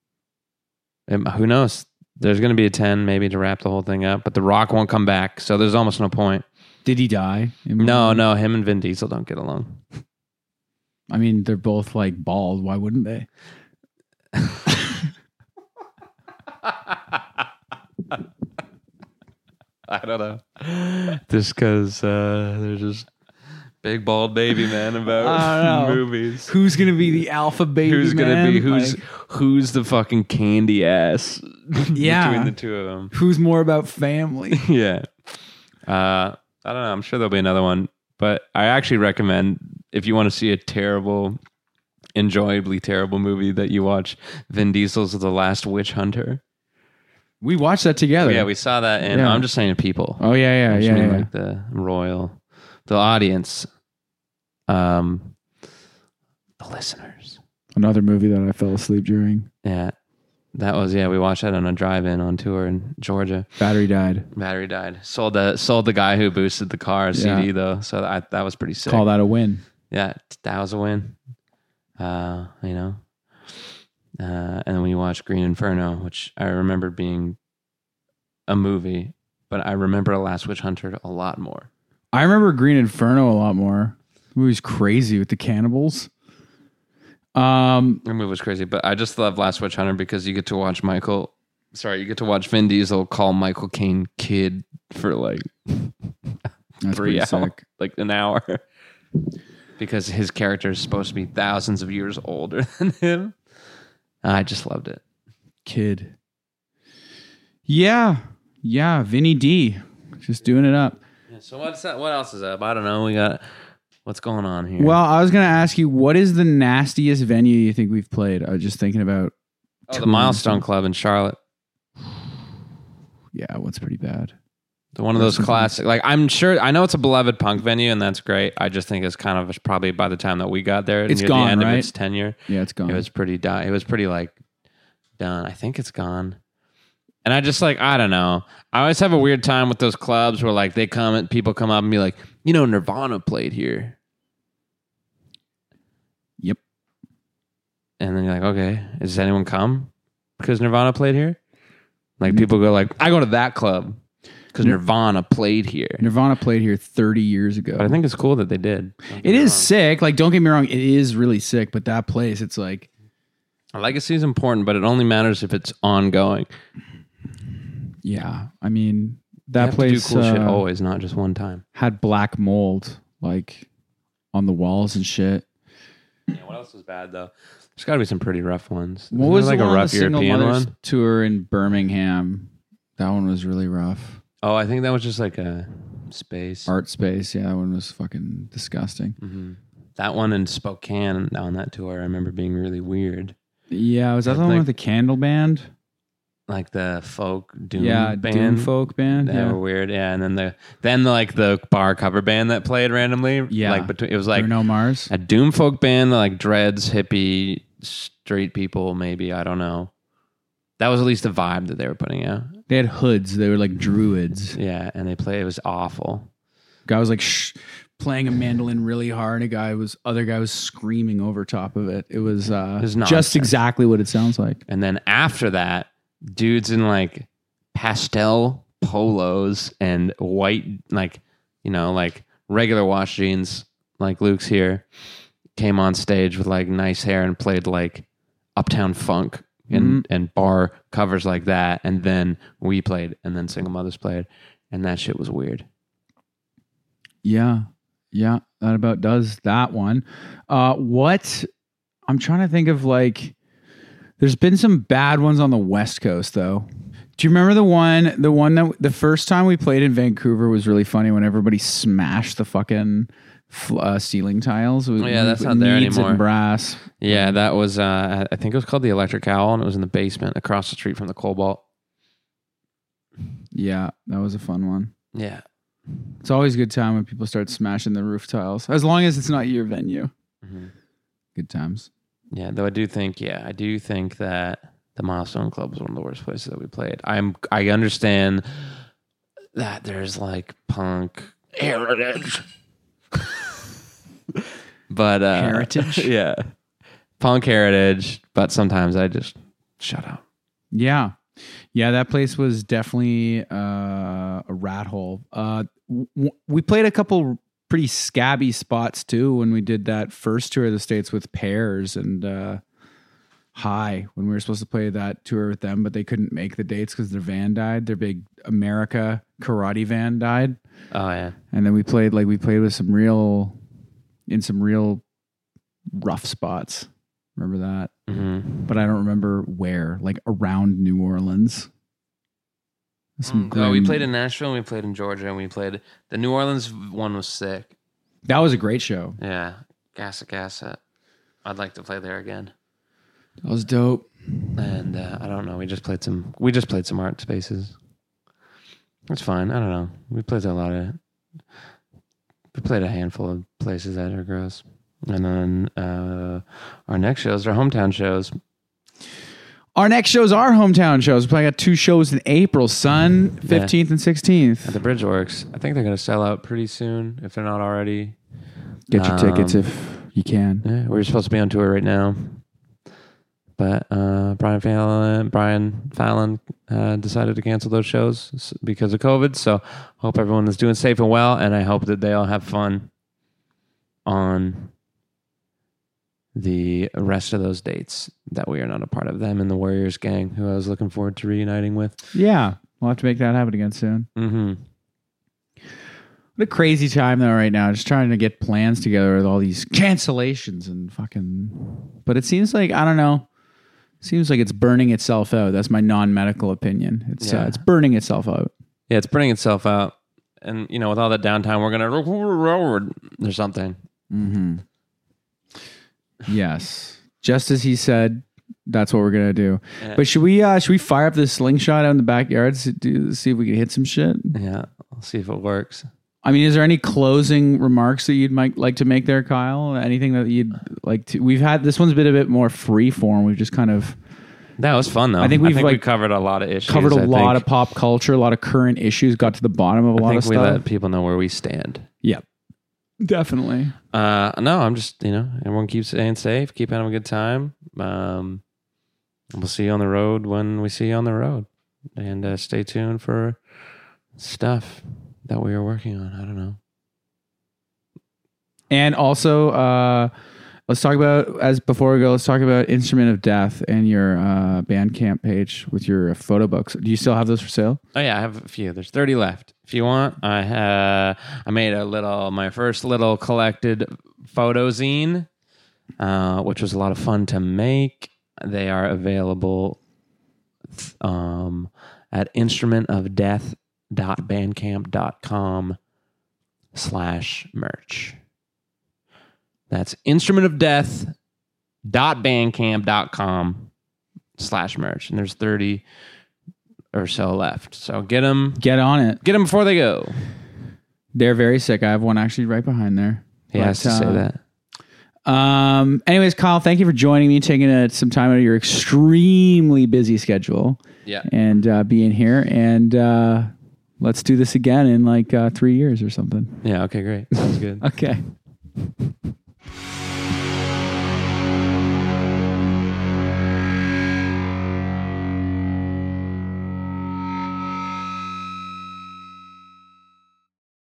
Um, who knows? There's going to be a 10 maybe to wrap the whole thing up, but The Rock won't come back. So there's almost no point. Did he die? No, no. Him and Vin Diesel don't get along. I mean, they're both like bald. Why wouldn't they? I don't know. Just because uh, they're just big bald baby men I about don't know. movies. Who's going to be the alpha baby? who's gonna man? be who's Like, who's the fucking candy ass? Yeah. between the two of them. who's more about family? Yeah. Uh, I don't know. I'm sure there'll be another one, but I actually recommend if you want to see a terrible, enjoyably terrible movie that you watch, Vin Diesel's The Last Witch Hunter. we watched that together. Yeah, we saw that, and Oh, Yeah. I'm just saying to people. Oh yeah, yeah, I just yeah. mean yeah. like the royal, the audience, um, the listeners. Another movie that I fell asleep during. Yeah, that was yeah. We watched that on a drive-in on tour in Georgia. Battery died. Battery died. Sold the sold the guy who boosted the car a CD Yeah. though, so I, that was pretty sick. Call that a win. Yeah, that was a win. Uh, you know, uh, and then we watched Green Inferno, which I remember being a movie, but I remember a Last Witch Hunter a lot more. I remember Green Inferno a lot more. The movie's crazy with the cannibals. Um, The movie was crazy, but I just love Last Witch Hunter because you get to watch Michael. Sorry, you get to watch Vin Diesel call Michael Caine kid for like that's three pretty hours, sick. like an hour, because his character is supposed to be thousands of years older than him. I just loved it. Kid. Yeah, yeah. Vinny D, just doing it up. so what's that? What else is up? I don't know. We got what's going on here. Well, I was gonna ask you, what is the nastiest venue you think we've played? I was just thinking about. oh, the Milestone Club in Charlotte. Yeah, what's pretty bad. The one of those classic. Like I'm sure I know it's a beloved punk venue, and that's great. I just think it's kind of probably by the time that we got there, It's near gone, the end right? of its tenure. Yeah, it's gone. It was pretty di- It was pretty like done. I think it's gone. And I just like I don't know. I always have a weird time with those clubs where like they come and people come up and be like, you know, Nirvana played here, yep. and then you're like, okay, does anyone come because Nirvana played here? Like people go like, I go to that club because Nirvana played here. Nirvana played here 30 years But I ago. think it's cool that they did. Don't get It me is wrong. sick. Like, don't get me wrong, it is really sick. But that place, it's like Legacy is important, but it only matters if it's ongoing. Yeah, I mean You that have to do place cool shit uh, always, not just one time. had black mold like on the walls and shit. Yeah, what else was bad though? There's got to be some pretty rough ones. What Isn't was there, like like the a rough single European mothers one? tour in Birmingham? That one was really rough. Oh, I think that was just like a space. Mm-hmm. Art space, yeah, that one was fucking disgusting. That one in Spokane on that tour, I remember being really weird. Yeah, was that the one like- with the candle band? Like the folk doom yeah, band, doom folk band. They Yeah, were weird. Yeah, and then the then the, like the bar cover band that played randomly. Yeah. like between it was like Bruno Mars. a doom folk band that like dreads hippie straight people. Maybe I don't know. That was at least the vibe that they were putting out. They had hoods. They were like druids. Yeah, and they play. It was awful. Guy was like shh, playing a mandolin really hard. A guy was other guy was screaming over top of it. It was uh, It was just nonsense. exactly what it sounds like. And then after that, dudes in like pastel polos and white, like, you know, like regular wash jeans, like Luke's here, came on stage with like nice hair and played like uptown funk and, and bar covers like that. And then we played, and then Single Mothers played. And that shit was weird. Yeah. Yeah. That about does that one. Uh, what I'm trying to think of like, there's been some bad ones on the West Coast though. Do you remember the one, the one that the first time we played in Vancouver was really funny when everybody smashed the fucking fl- uh, ceiling tiles? with- Oh, yeah, that's with not there needs and anymore. brass. Yeah, that was, uh, I think it was called the Electric Owl, and it was in the basement across the street from the Cobalt. Yeah, that was a fun one. Yeah. It's always a good time when people start smashing the roof tiles, as long as it's not your venue. Mhm. Good times. Yeah, though I do think, yeah, I do think that the Milestone Club was one of the worst places that we played. I'm, I understand that there's like punk heritage, but uh, Heritage? yeah, punk heritage. But sometimes I just shut up. Yeah. Yeah, that place was definitely uh, a rat hole. Uh, w- w- we played a couple pretty scabby spots too when we did that first tour of the states with Pears and uh, High when we were supposed to play that tour with them, but they couldn't make the dates because their van died. Their big America karate van died, Oh yeah, and then we played like we played with some real in some real rough spots. Remember that? mm-hmm. but I don't remember where, like around New Orleans. Some oh, we grim- played in Nashville, and we played in Georgia, and we played the New Orleans one was sick. That was a great show. Yeah, Gassa Gassa. I'd like to play there again. That was dope. and uh, I don't know. We just played some. We just played some art spaces. It's fine. I don't know. We played a lot of. We played a handful of places that are gross, and then uh, our next shows are hometown shows. Our next shows are hometown shows. We probably got two shows in April, son, 15th and At 16th. the Bridgeworks, I think they're going to sell out pretty soon if they're not already. Get your tickets Um, if you can. Yeah, we're supposed to be on tour right now, but uh, Brian Fallon, Brian Fallon uh, decided to cancel those shows s- because of COVID. So hope everyone is doing safe and well, and I hope that they all have fun on the rest of those dates that we are not a part of. Them and the Warriors gang, who I was looking forward to reuniting with. Yeah. We'll have to make that happen again soon. hmm What a crazy time, though, right now. Just trying to get plans together with all these cancellations and fucking. But it seems like, I don't know. Seems like it's burning itself out. That's my non-medical opinion. It's uh, Yeah. it's burning itself out. Yeah, it's burning itself out, and you know, with all that downtime, we're gonna forward or something. Mm-hmm. Yes, just as he said, that's what we're gonna do. Yeah. But should we uh should we fire up this slingshot out in the backyard to do, see if we can hit some shit? Yeah, I'll see if it works. I mean, is there any closing remarks that you'd might like to make there, Kyle? Anything that you'd like to? We've had this one's been a bit more free form. We've just kind of That was fun though. I think we've, we like, covered a lot of issues. covered a I lot think- of pop culture, a lot of current issues, got to the bottom of a I lot think of we stuff. let people know where we stand. Yeah, definitely. Uh, no, I'm just you know everyone keeps staying safe, keep having a good time. Um, and we'll see you on the road when we see you on the road, and uh, stay tuned for stuff that we are working on. I don't know. And also, uh, let's talk about as before we go. Let's talk about Instrument of Death and your uh, Bandcamp page with your photo books. Do you still have those for sale? Oh yeah, I have a few. There's 30 left. If you want, I uh, I made a little my first little collected photo zine, uh, which was a lot of fun to make. They are available th- um, at instrumentofdeath.bandcamp.com slash merch. That's instrumentofdeath.bandcamp.com slash merch. And there's 30 or so left. So get them, Get on it. get them before they go. They're very sick. I have one actually right behind there. He has to But, say uh, that. Um, anyways, Kyle, thank you for joining me, taking uh some time out of your extremely busy schedule Yeah. and uh, being here. And uh, let's do this again in like uh, three years or something. Yeah. Okay. Great. Sounds good. Okay.